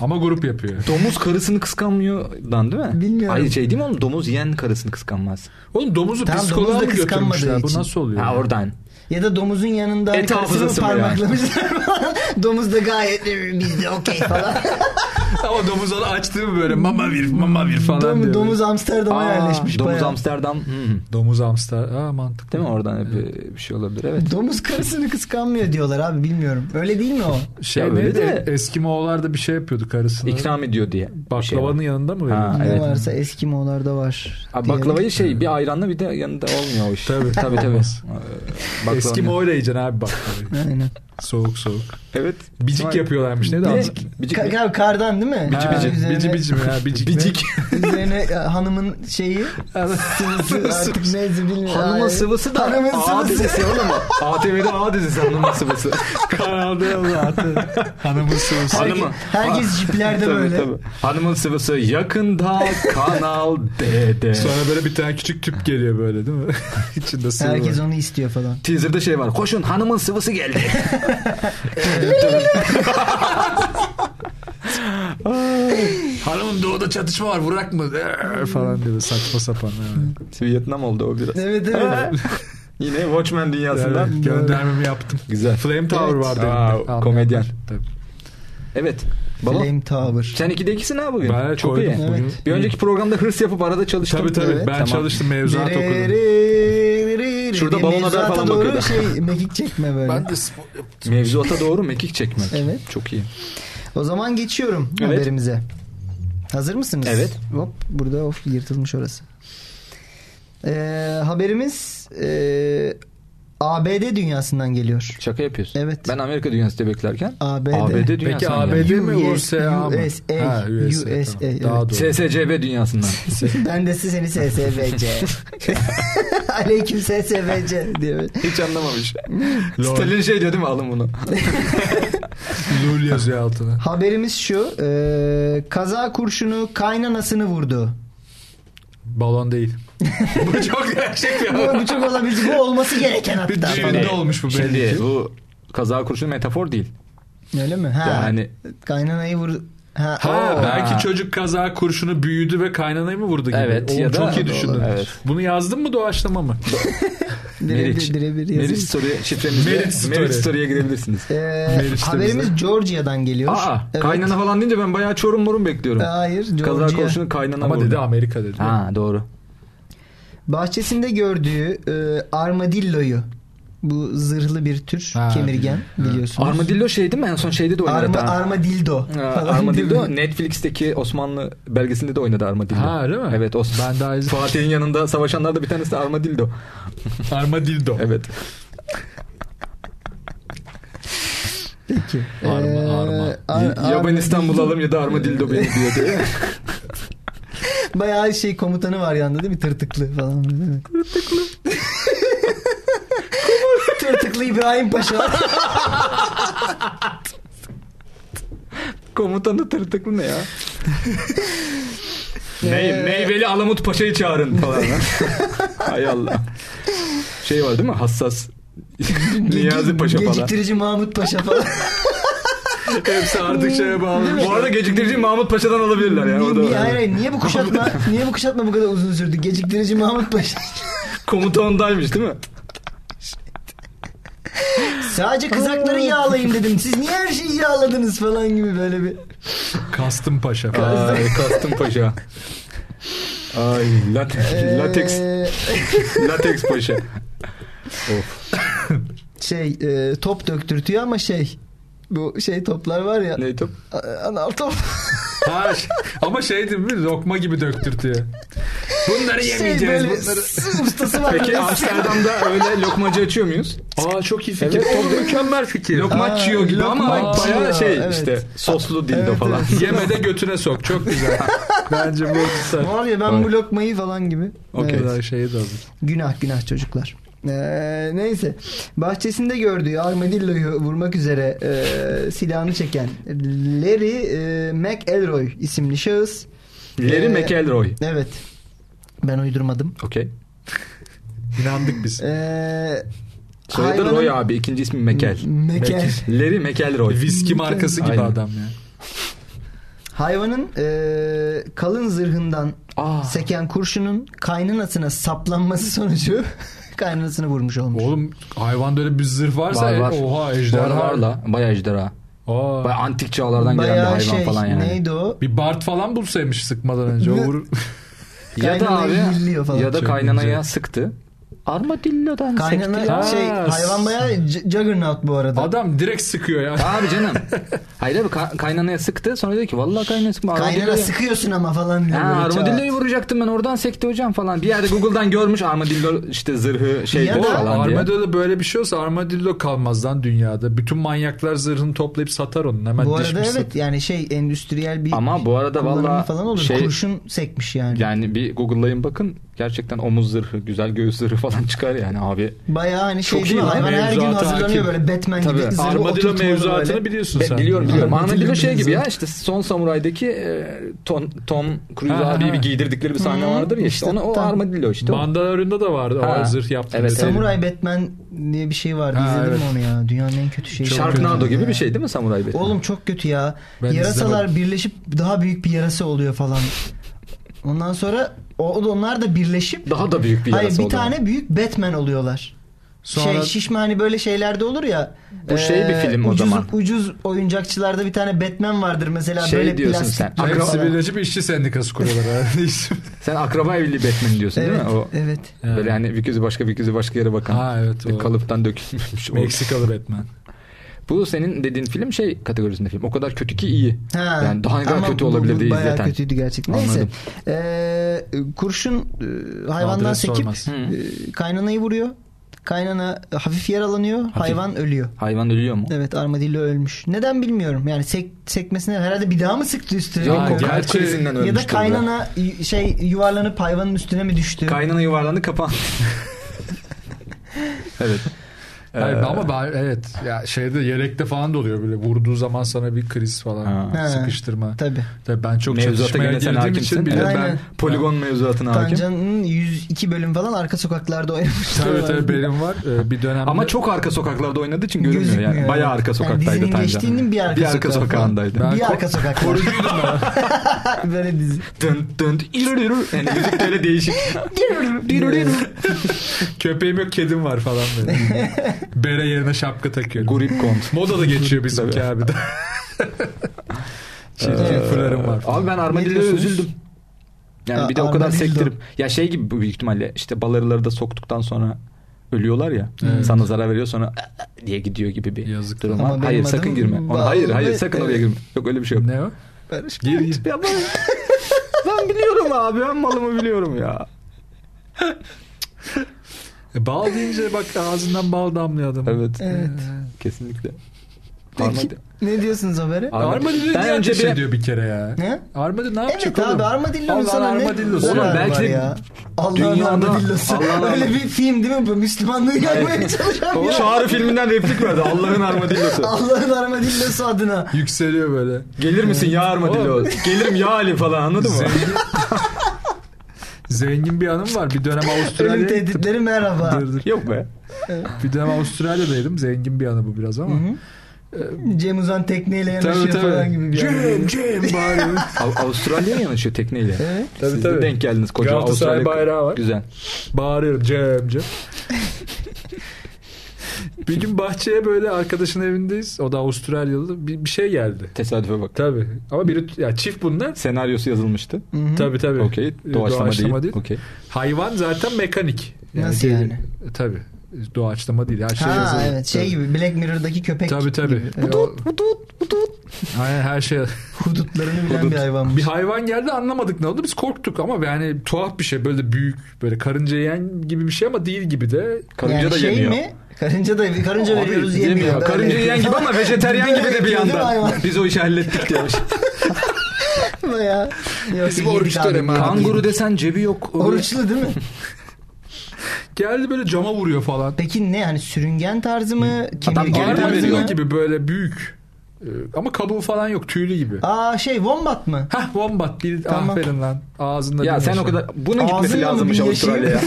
Ama grup yapıyor. Domuz karısını kıskanmıyordan değil mi? Bilmiyorum. Hayır şey değil mi oğlum? Domuz yiyen karısını kıskanmaz. Oğlum domuzu Tamam, psikoloğa domuz da mı kıskanmadığı götürmüşler? Bu için. nasıl oluyor? Ha oradan. Ya da domuzun yanında hani Et karısını hafızası bu yani. parmaklamışlar falan. <laughs> Domuz da gayet "Ee, biz de <laughs> okey falan. <laughs> Ama domuz onu açtı mı böyle mama vir mama vir falan Dom- diyor. domuz Amsterdam'a Aa, yerleşmiş Domuz bayağı. Amsterdam. Hı hı. Domuz hamster. Aa mantıklı. Değil mi oradan hep bir, bir şey olabilir. Evet. Domuz karısını kıskanmıyor diyorlar abi bilmiyorum. Öyle değil mi o? Şey Ya öyle neydi? de- Eskimoğullar da bir şey yapıyordu karısına. İkram ediyor diye. bir şey var. Baklavanın yanında mı Ha, veriyordu? Ne evet. varsa Eskimo'larda var. Abi diyelim. baklavayı şey bir ayranla bir de yanında olmuyor o iş. Tabii. tabii tabii. Olmaz. Ee, baklavanın- Eskimo'yla yiyeceksin abi <laughs> baklavayı. Aynen. soğuk soğuk. Evet. Bicik Var. yapıyorlarmış. Neydi? Bicik. Bicik. Bicik. Ka- ka- kardan değil mi? Bici Ha, bici. üzerine- Bici bici mi ya? Bicik. ne? <laughs> Bicik. <laughs> Üzerine e, hanımın şeyi sıvısı artık neyse bilmiyorum. Hanımın Ay. sıvısı da Hanımın A sıvısı. dizisi oğlum o. ATV'de A dizisi hanımın sıvısı. <laughs> Kanalda zaten. Hanımın sıvısı. Hanımı. Ah. Herkes <laughs> jiplerde Tabii, böyle. tabii. Hanımın sıvısı yakında Kanal D'de. Sonra böyle bir tane küçük tüp geliyor böyle değil mi? <laughs> İçinde sıvı Herkes var. onu istiyor falan. Teaser'da şey var. Koşun hanımın sıvısı geldi. <laughs> Hanımın doğuda çatışma var vurak mı? Eee, falan diyor saçma sapan. evet. Vietnam oldu o biraz. Evet evet. <laughs> Yine Watchmen dünyasından. Evet, göndermemi yaptım. <laughs> Güzel. Flame Tower Evet. var Aa, dedim. komedyen. Tabii. Evet. Baba Flame Tower. sen ikide ikisin ha bugün. Ben Çok iyi. koydum bugün. Bir önceki programda hırs yapıp arada çalıştım. Tabii tabii ben Tamam. çalıştım mevzuat okudum. Şurada Şurada balon balon haber falan doğru bakıyordu. şey mekik çekme böyle. de Mevzuata doğru mekik çekmek. Evet. Çok iyi. O zaman geçiyorum Evet. haberimize. Hazır mısınız? Evet. Hop burada of yırtılmış orası. Ee, haberimiz e, ABD dünyasından geliyor. Şaka yapıyorsun. Evet. Ben Amerika dünyasında beklerken ABD. ABD dünyasından Peki geldim. ABD mi US, USA mı? USA, Ha, USA. tamam. USA, evet. Daha doğru. SSCB dünyasından. <laughs> ben de seni SSBC. Aleyküm SSBC diye. böyle. <laughs> Hiç anlamamış. Lol. Stalin şey diyor değil mi alın <laughs> bunu. Lul yazıyor altına. Haberimiz şu. e, kaza kurşunu kaynanasını vurdu. Balon değil. Bu çok gerçek bir Bu, bu çok olabilecek. Bu olması gereken hatta. Bir falan. düğünde olmuş bu belli Şimdi ki. şey bu kaza kurşunu metafor değil. Öyle mi? Ha. Yani Kaynanayı vur... Ha, Ha, Oo. belki Ha. çocuk kaza kurşunu büyüdü ve kaynanayı mı vurdu gibi. Evet, Oğlum, ya da- çok iyi düşündün. Evet. Bunu yazdın mı doğaçlama mı? Meriç. Birebir birebir Meriç yazın. Story şifremizle Meriç Story. Meriç Story'e girebilirsiniz. Ee, Meriç'te haberimiz bize. Georgia'dan geliyor. Aa, Evet. kaynana falan deyince ben bayağı çorum morum bekliyorum. Hayır, Kaza Georgia. kurşunu kaynana Ama vurdu. dedi Amerika dedi. Ha doğru. Bahçesinde gördüğü e, armadilloyu bu zırhlı bir tür Ha, kemirgen biliyorsunuz. Armadillo şey değil mi? En son şeyde de oynadı. Arma, ha. armadildo. Ee, falan değil Armadillo mi? Netflix'teki Osmanlı belgesinde de oynadı Armadillo. Ha öyle mi? Evet Os Ben daha izin. <laughs> Fatih'in yanında savaşanlar da bir tanesi de Armadillo. Armadildo. Evet. Peki. Arma- Ee, arma. ar- ya ben armadillo- İstanbul alalım ya da Armadillo beni diyor diye. Bayağı şey komutanı var yanında değil mi? Tırtıklı falan. Değil mi? Tırtıklı. <laughs> Tırtıklı İbrahim Paşa. Komutanı tırtıklı <laughs> ne ya? Ee, Mey- meyveli Alamut Paşa'yı çağırın <laughs> falan. Hay Allah. Şey var değil mi? <laughs> Hassas. <laughs> Niyazi Paşa falan. Geciktirici Mahmut Paşa <laughs> falan. Hepsi artık şeye bağlı. Bu arada geciktirici Mahmut Paşa'dan alabilirler ya. niye, orada. niye, hayır, hayır, niye bu kuşatma <laughs> niye bu kuşatma bu kadar uzun sürdü? Geciktirici <laughs> Mahmut Paşa. Komutandaymış değil mi? Sadece kızakları yağlayayım dedim. Siz niye her şeyi yağladınız falan gibi böyle bir. Kastım Paşa falan. Ay Kastım Paşa. Ay lateks, Ee, lateks, lateks paşa. Of. Şey e, top döktürtüyor ama şey bu şey toplar var ya. Ne top? a- Anal top. Ha, ş- ama şey değil mi? Lokma gibi döktürtüyor. Bunları Şey yemeyeceğiz. böyle bunları. s- ustası var. Peki Amsterdam'da öyle lokmacı açıyor muyuz? Aa çok iyi fikir. Çok mükemmel fikir. Lokmaccio gibi ama lokmaccio, bayağı şey evet. işte soslu dildo Evet, falan. Yeme de götüne sok. <laughs> Çok güzel. Bence bu güzel. Ne var ya ben bu lokmayı falan gibi. Okey. Evet. Daha şeyi de hazır. Günah günah çocuklar. Ee, neyse bahçesinde gördüğü armadilloyu vurmak üzere e, silahını çeken Larry e, McElroy isimli şahıs. Larry Ee, McElroy. Evet ben uydurmadım. Okey. İnandık biz. Ee, Soyadı hayvanın- Roy abi. ikinci ismi Mekel. Mekel. Larry McElroy. Viski markası gibi Aynen. adam ya. Hayvanın e, kalın zırhından Aa. seken kurşunun kaynanasına saplanması sonucu <laughs> kaynanasını vurmuş olmuş. Oğlum hayvanda öyle bir zırh varsa Var, var. oha ejderha. Ejderhalarla. Bayağı ejderha. Aa, Bayağı antik çağlardan gelen bir hayvan falan yani. şey, neydi o? bir bart falan bulsaymış sıkmadan önce. O <laughs> vur... Ya da abi Kaynanayı dilliyor falan. ya da Çok kaynanaya güzel. sıktı. Armadillo'dan sekti. Kaynana Ha, şey hayvan bayağı j- juggernaut bu arada. Adam direkt sıkıyor ya. Abi canım. Hayır abi ka- kaynanaya sıktı. Sonra dedi ki vallahi kaynana sıkma. Kaynana armadillo'ya- sıkıyorsun ama falan diyor. Ha, böyle çağ. armadilloyu vuracaktım ben oradan sekti hocam falan. Bir yerde Google'dan görmüş armadillo işte zırhı şey Ya bu da- falan diye. Armadillo böyle bir şey olsa armadillo kalmaz lan dünyada. Bütün manyaklar zırhını toplayıp satar onun. Hemen Bu dişmiş arada satar. evet yani şey endüstriyel bir Ama bu arada kullanımı valla falan olur. şey- Kurşun sekmiş yani. Yani bir Google'layın bakın. Gerçekten omuz zırhı, güzel göğüs zırhı falan çıkar yani abi. Bayağı hani şey Çok değil mi? iyi lan. Hayvan her gün Mevzuata hazırlanıyor hakim. böyle Batman Tabii. gibi. zırhı Armadillo oturtmalı mevzuatını böyle. biliyorsun Be- sen. biliyorum biliyorum. Armadillo Armadillo şey gibi benziyor. ya işte Son Samuray'daki e, Tom, Tom Cruise Ha, abiyi ha. bir giydirdikleri bir sahne Hı, vardır ya işte işte. Ona, o tam. armadillo işte. o. Mandalorian'da da vardı. Ha. O zırh yaptı. Evet, mesela. Samuray Batman diye bir şey vardı. Ha, İzledim evet. mi onu ya. Dünyanın en kötü şeyi. Sharknado Ya. gibi bir şey değil mi Samuray Bey? Oğlum çok kötü ya. Ben Yarasalar birleşip daha büyük bir yarasa oluyor falan. Ondan sonra o, onlar da birleşip daha da büyük bir yarası Hayır bir oldu. tane büyük Batman oluyorlar. Sonra Şey şişme hani böyle şeylerde olur ya. e, Bu şey bir film o ucuz, zaman. Ucuz oyuncakçılarda bir tane Batman vardır mesela Şey böyle diyorsun plastik. sen, duvar akro- hepsi falan. birleşip işçi sendikası <laughs> kuruyorlar. herhalde. İsim- Sen akraba evliliği Batman diyorsun Evet, değil mi? O evet. böyle Ha. hani bir gözü başka bir gözü başka yere bakan. e, Ha evet o. Kalıptan dökülmüş. o. Meksikalı Batman. Bu senin dediğin film şey kategorisinde film. O kadar kötü ki iyi. Ha, Yani daha ne kadar ama kötü bu- olabilir bu diye bayağı izleten. kötüydü gerçekten. Anladım. Neyse. Ee, kurşun e, hayvandan Adres sekip sormaz. Hı. e, kaynanayı vuruyor. Kaynana hafif yaralanıyor. Hayvan ölüyor. Hayvan ölüyor mu? Evet armadillo ölmüş. Neden bilmiyorum. Yani sek, sekmesine herhalde bir daha mı sıktı üstüne? Yok Ya, o kalp gerçi- krizinden ya da ölmüştür be. kaynana y- şey yuvarlanıp hayvanın üstüne mi düştü? Kaynana yuvarlandı <laughs> kapan. evet. Hayır, Ee, ama ben, evet ya şeyde yelekte falan da oluyor böyle vurduğu zaman sana bir kriz falan Ha. sıkıştırma. Tabii. Tabii ben çok Mevzuata çatışmaya gene sen girdiğim hakimsin. için bir de Aynen. ben Poligon mevzuatına hakim. Tancan'ın 102 bölüm falan arka sokaklarda oynamış. Tabii tabii benim var. Ee, Bir dönemde Ama çok arka sokaklarda oynadığı için görünmüyor Gözükmüyor, yani. Bayağı evet. arka Yani sokaktaydı dizinin Tancan. geçtiğinin bir arka bir arka sokağı falan. sokağındaydı. Ben bir ko- arka sokaklar. <laughs> Böyle dizi. Dın dın irü irü. Yani müzik de öyle <laughs> değişik. Dirü dirü. köpeğim yok kedim var falan <laughs> böyle. Bere yerine şapka takıyorum. Grip kont. Moda da geçiyor bizimki Tabii. abi de. Çirkin Ee, fırlarım var. Abi ben armadilloya diyorsunuz? üzüldüm. Yani Aa, bir de o kadar armadillo. sektirip ya şey gibi bu büyük ihtimalle işte balarıları da soktuktan sonra ölüyorlar ya. Evet. Sana zarar veriyor sonra "Ah, ah" diye gidiyor gibi bir Yazık. durum Ama var. benim Hayır adım sakın girme. Ona, Bağlı hayır hayır ve- sakın oraya girme. Yok öyle bir şey yok. Ne o? Barış Gir, gir. Ya ben, ben biliyorum abi ben malımı biliyorum ya. E, Bal deyince bak ağzından bal damlıyor adamın. Evet. Evet. Kesinlikle. Peki Armadi- ne diyorsunuz habere? Ar- Armadillo Ben niye önce önce bir- şey diyor bir kere ya? Ne? Armadillo ne yapacak Evet oğlum? abi Armadillo'nun Allah'ın sana ne armadillosu. Oğlum zararı belki var de ya. Allah'ın dünyada- armadillosu. Allah'ın Öyle armadillosu. bir film değil mi bu? Müslümanlığı yapmaya çalışan O ya. Çağrı filminden replik verdi. Allah'ın armadillosu. Allah'ın armadillosu adına. Yükseliyor böyle. Gelir misin ya armadillo? Oğlum. Gelirim ya Ali falan anladın mı? Zengin, zengin bir hanım var. Bir dönem Ölüm Avustralya'ya gittim. tehditleri merhaba. Dur, dur. Yok be. Bir dönem Avustralya'daydım. Zengin bir anı bu biraz ama. Hı hı. Ee, Cem Uzan tekneyle yanaşıyor falan gibi bir Cem, Cem bağırıyor. Av- Avustralya'ya yanaşıyor tekneyle. Evet. Tabii, Siz de tabii. denk geldiniz koca Galatasaray Avustralya. bayrağı var. Güzel. Bağırıyor Cem, Cem. bir gün bahçeye böyle arkadaşın evindeyiz. O da Avustralyalı. Bir, bir şey geldi. Tesadüfe bak. Tabii. Ama biri ya çift bunlar. Senaryosu yazılmıştı. Hı hı. Tabii tabii. Okey. Ee, Doğaçlama, değil. Okey. Hayvan zaten mekanik. Nasıl değil- yani? E, Tabii. Doğaçlama değil. Her şey ha yazılı. evet şey Tabii. gibi Black Mirror'daki köpek Tabii tabii. gibi. E, o- Aynen her şey. Hudutlarını bilen Hudut. bir hayvanmış. Bir hayvan geldi anlamadık ne oldu. Biz korktuk ama yani tuhaf bir şey. Böyle büyük böyle karınca yiyen gibi bir şey ama değil gibi de. Karınca yani da şey yemiyor. mi? Karınca da karınca Abi, veriyoruz yemiyor. yemiyor. Böyle <laughs> Karınca yapıyor. yiyen gibi ama vejeteryan gibi de bir Değil mi yandan. hayvan? Biz o işi hallettik diye. ya. Yok, Bizim yedik oruç abi, dönemi yedik. Kanguru desen cebi yok. Oruçlu değil mi? Geldi böyle cama vuruyor falan. Peki ne yani sürüngen Hani tarzı mı? Kemirgen geri Adam veriyor. tarzı mı? gibi böyle büyük. Ee, ama kabuğu falan yok tüylü gibi. Aa şey Wombat mı? Hah wombat bil Tamam. aferin lan. Ağzında Ya bir sen yaşa. o kadar bunun Ağzıyla gitmesi mı lazımmış bir şey yaşıyor? <laughs> Avustralya'ya.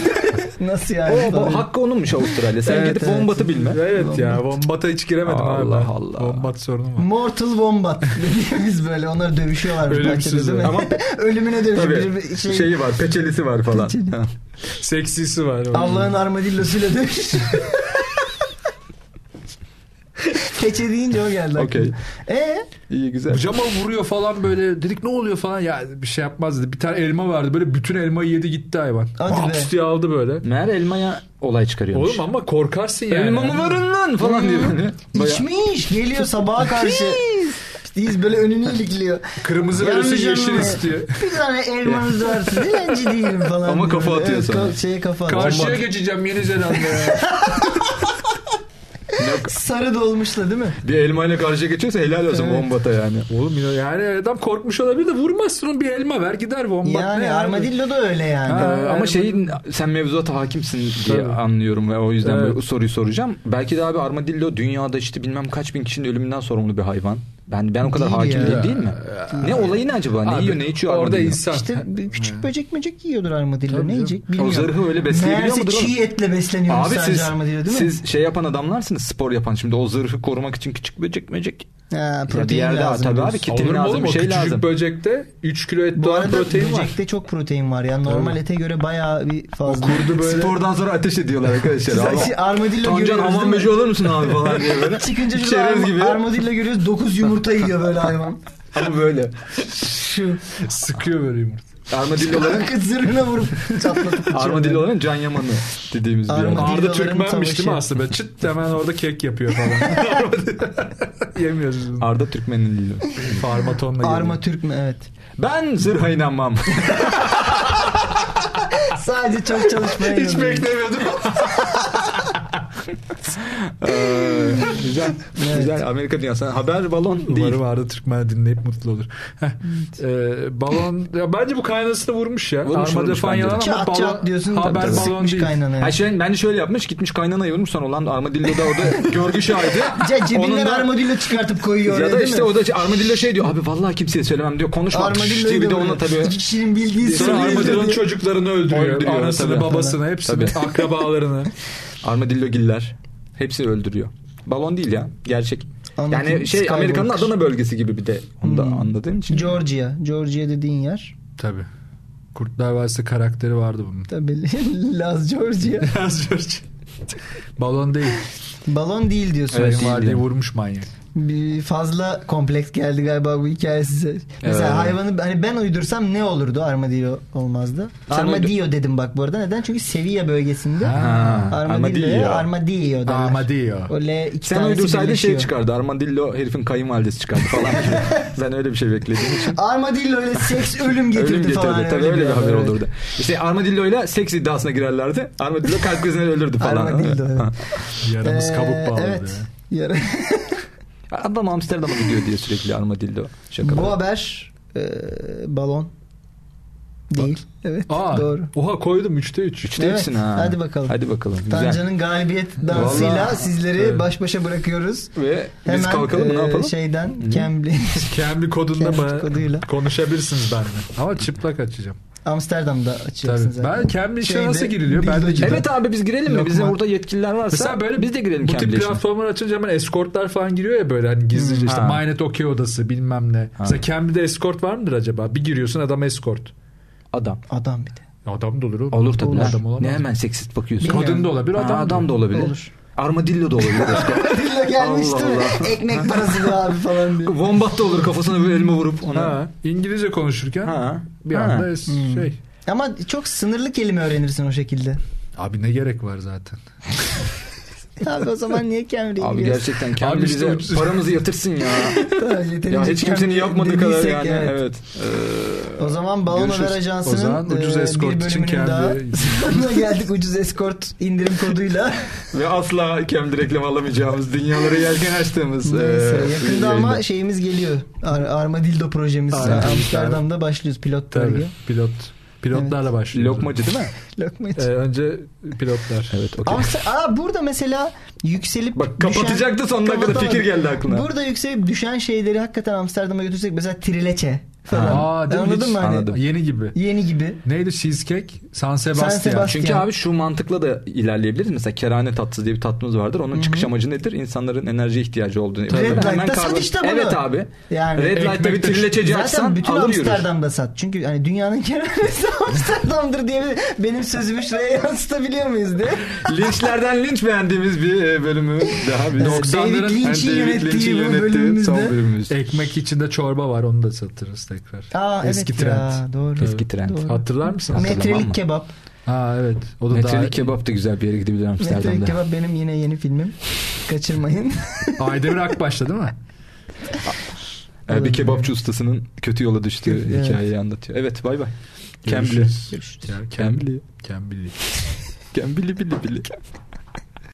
Nasıl yani? o, bu, Tabii. hakkı onunmuş Avustralya. Sen Evet, gidip evet. Wombat'ı bilme. Evet ya wombata hiç giremedim abi. Allah ben. Allah. Wombat sorunum var. Mortal Wombat dediğimiz böyle onlar dövüşüyorlar bir parçada Ölümsüz değil mi? ama- <laughs> Ölümüne dövüşüyor. Tabii. Bir Şey, Şeyi var, peçelesi var falan. Seksisi var. Allah'ın armadillosuyla dövüşüyor. Keçe deyince o geldi. Okey. E İyi güzel. Cama vuruyor falan böyle dedik ne oluyor falan ya bir şey yapmaz dedi. Bir tane elma vardı böyle bütün elmayı yedi gitti hayvan. Hadi Hadi be. diye aldı böyle. Meğer elmaya olay çıkarıyormuş. Oğlum ama korkarsın yani. Elma mı varın lan falan diyor. <laughs> Bayağı- içmiş geliyor sabaha karşı. Biz böyle önünü ilikliyor. Kırmızı Yanlış verirsin yeşil elma. istiyor. Bir tane elmanız var size lenci değilim falan. Ama diyor. kafa Evet, atıyor sana. ka- şeye kafa atıyor. Karşıya geçeceğim <laughs> Yeni Zelanda'ya. Sarı dolmuşla değil mi? Bir elmayla karşıya geçiyorsa helal olsun Evet. Wombat'a yani. Oğlum ya- yani adam korkmuş olabilir de vurmazsın oğlum bir elma ver gider wombat. yani ne armadillo da öyle yani. Ee, Ha. ama şeyin sen mevzuata hakimsin diye Tabii. anlıyorum ve o yüzden Evet. böyle bu soruyu soracağım. Belki de abi armadillo dünyada işte bilmem kaç bin kişinin ölümünden sorumlu bir hayvan. Ben ben o kadar Değil hakim ya. Ee, değilim değil mi? Ne olayı ne acaba? Ne Abi, yiyor ne içiyor Orada armadillo? insan. İşte bir küçük böcek böcek yiyordur armadillo. Tabii canım. ne yiyecek O bilmiyorum. zırhı öyle besleyebiliyor Meğerse mudur oğlum? çiğ etle besleniyor Abi sadece siz, armadillo değil mi? siz şey yapan adamlarsınız spor yapan şimdi o zırhı korumak için küçük böcek böcek. Ha, Ya bir protein yerde lazım. tabii <laughs> abi diyorsun. kitin Olur mu lazım oğlum bir o şey küçücük lazım. böcekte 3 kilo et Bu doğan arada protein var. böcekte çok protein var. Yani normal Evet. ete göre bayağı bir <laughs> fazla. kurdu böyle. Spordan sonra ateş ediyorlar Siz arkadaşlar. şey, armadillo Tancan görüyoruz aman değil mi? böceği olur musun abi falan <laughs> diye böyle. Çıkınca şurada Çerez arma- gibi. armadillo görüyoruz. 9 yumurta yiyor böyle hayvan. Ama böyle. Şu <laughs> Sıkıyor böyle yumurta. <laughs> Armadilloların zırhına vurup çatlatıp Armadilloların can yamanı dediğimiz bir Armadillo. hayvan. Arda Dildoların Türkmenmiş değil mi savaşı. aslında? Çıt hemen orada kek yapıyor <laughs> falan. Yemiyoruz biz bunu. Arda Türkmen'in dilli. Farmatonla yiyor. Arma Türk mü? Evet. Ben zırha inanmam. Sadece çok çalışmaya Hiç inanıyorum. beklemiyordum. <laughs> Ee, güzel. Güzel. Amerika dünyası. Haber balon değil. Umarım Arda Türkmen dinleyip mutlu olur. Heh. Ee, balon ya bence bu kaynasını vurmuş ya. Vurmuş, Armada vurmuş falan bence de. yalan ama Çat balon, çat diyorsun. haber tabii, balon sıkmış değil. kaynana. Ha şey, bence şöyle yapmış. Gitmiş kaynana vurmuş sonra ulan armadillo da orada görgü şahidi. Ce- Onun cebinden da- armadillo çıkartıp koyuyor Ya oraya da değil işte mi? o da armadillo şey diyor. Abi vallahi kimseye söylemem diyor. Konuşma. Armadillo Armadillo'yu diye bir da de ona vuruyor. <laughs> tabii. İki kişinin bildiği Sonra sırrı Armadillo'nun öldürüyor. çocuklarını öldürüyor. Öldürüyor, Anasını, tabii. babasını, hepsini, <laughs> akrabalarını. Armadillo giller. Hepsini öldürüyor. Balon değil ya. Gerçek. Anakin yani şey Skywalker. Amerika'nın Adana bölgesi gibi bir de. Onu da Hmm. anladığım için. Georgia. Georgia dediğin yer. Tabii. Kurtlar Vadisi karakteri vardı bunun. Tabii <laughs> Laz Georgia. Balon değil. <laughs> Balon değil diyorsun. Evet, değil Kayınvalideyi yani. vurmuş manyak. Bir fazla kompleks geldi galiba bu hikaye size. Mesela Evet. hayvanı hani ben uydursam ne olurdu? Armadillo olmazdı. Sen armadillo dedim bak bu arada. Neden? Çünkü Sevilla bölgesinde Ha, armadillo'ya armadillo derler. Armadillo. O L iki Sen tanesi uydursaydın şey birleşiyor. çıkardı. Armadillo herifin kayınvalidesi çıkardı falan. Sen öyle bir şey beklediğin için. Armadillo ile seks ölüm getirdi, Ölüm getirdi. falan. Tabii öyle bir haber evet. olurdu. İşte Armadillo ile seks iddiasına girerlerdi. Armadillo kalp krizinden ölürdü falan. Armadillo. evet. Yaramız Ee, kabuk bağladı. evet. Yara- Adam Amsterdam'a gidiyor diye sürekli Armadillo. Şaka. bu Bu haber e, balon değil. Evet Aa, doğru. Oha koydum 3'te 3. Üçte Evet, üçsün ha. hadi bakalım. Hadi bakalım. Güzel. Tancan'ın galibiyet dansıyla Vallahi- sizleri Evet. baş başa bırakıyoruz. Ve Hemen biz kalkalım mı ne e, yapalım? şeyden Cambly <laughs> Kendi kodunda Kendi bana koduyla. konuşabilirsiniz benimle. Ama çıplak açacağım. Amsterdam'da Tabii. açacaksın zaten. Ben kendi işe Şeyde, nasıl giriliyor? Ben de dildocuda. Evet abi biz girelim mi? Lokma. Bizim burada yetkililer varsa Mesela böyle biz de girelim bu tip kendi işine. platformlar açınca hemen escortlar falan giriyor ya böyle hani gizlice işte Ha. MyNet okey odası bilmem ne. Mesela Cambly'de escort var mıdır acaba? Bir giriyorsun adam escort. Adam. Adam bir de. Adam da olur oğlum. Olur tabii. lan. Adam olamaz. ne hemen seksist bakıyorsun. Bilmiyorum. Kadın da olabilir Ha, adam, adam, da olabilir. Armadillo da <laughs> olabilir. Dilla gelmişti Allah mi? Allah. Ekmek parası da abi falan diye. Wombat da olur kafasına böyle elma vurup ona. Ha, İngilizce konuşurken Ha. bir Ha. anda es- Hmm. şey. Ama çok sınırlı kelime öğrenirsin o şekilde. Abi ne gerek var zaten. Abi o zaman niye Cambly'e Abi giriyorsun? gerçekten kendi Abi işte bize ucuz. paramızı yatırsın <laughs> ya. Tamam, yeterince ya hiç kimsenin Cambly yapmadığı kadar dediysek yani. evet. Evet. O zaman Balon Ee, Görüşürüz. Haber Ajansı'nın O zaman ucuz e, escort bir için bölümünün daha <laughs> Cambly'e- sonuna geldik ucuz escort indirim <laughs> koduyla. Ee, ve asla kendi reklam alamayacağımız dünyalara yelken açtığımız. Neyse ee, bir yakında ama yayında. şeyimiz geliyor. Ar- Armadillo projemiz Aynen. Amsterdam'da başlıyoruz pilot Tabii. bölge. Pilot. Pilotlarla başlıyor. Lokmacı değil mi? Lokma Ee, için. önce pilotlar. Evet okey. Ama sen- aa, burada mesela yükselip Bak düşen- kapatacaktı sonuna kadar Kapatamadı. fikir geldi aklına. Burada yükselip düşen şeyleri hakikaten Amsterdam'a götürsek mesela trileçe falan. Ha. Aa, değil mi? Anladın Hiç mı? Hani anladım. Yeni gibi. Yeni gibi. Neydi cheesecake? San Sebastian. San Sebastian. Çünkü abi şu mantıkla da ilerleyebiliriz. Mesela kerane tatlısı diye bir tatlımız vardır. Onun çıkış amacı nedir? İnsanların enerjiye ihtiyacı olduğunu. Tabii. Hemen Red Light'ta karbon- sat işte bunu. Evet abi. Yani Red Light'ta bir Ekmekte- trileçeci Zaten açsan bütün alır yürür. Amsterdam'da sat. Çünkü hani dünyanın <laughs> kenarında Amsterdam'dır diye bir- benim sözümü şuraya yansıtabiliyor muyuz diye. <laughs> Linçlerden linç beğendiğimiz bir e, bölümü daha bir Evet, 90'ların David Lynch'in David yönettiği Lynch'in bu yönettiği bölümümüzde- son bölümümüz. Ekmek içinde çorba var onu da satırız tekrar. Aa Eski evet ya trend. doğru. Eski trend. Doğru. Hatırlar mısınız? Hatırlamam Metrelik mı? kebap. Aa evet. O da Metrelik daha... kebap da güzel bir yere gidebilir Metrelik Amsterdam'da. kebap benim yine yeni filmim. Kaçırmayın. Aydemir Akbaş'ta değil mi? Ee, bir kebapçı ustasının kötü yola düştüğü Evet. hikayeyi anlatıyor. Evet bay bay. Kembli. Görüşürüz. Ya, Kem- Kembli. Kembili. Kembili bili bili.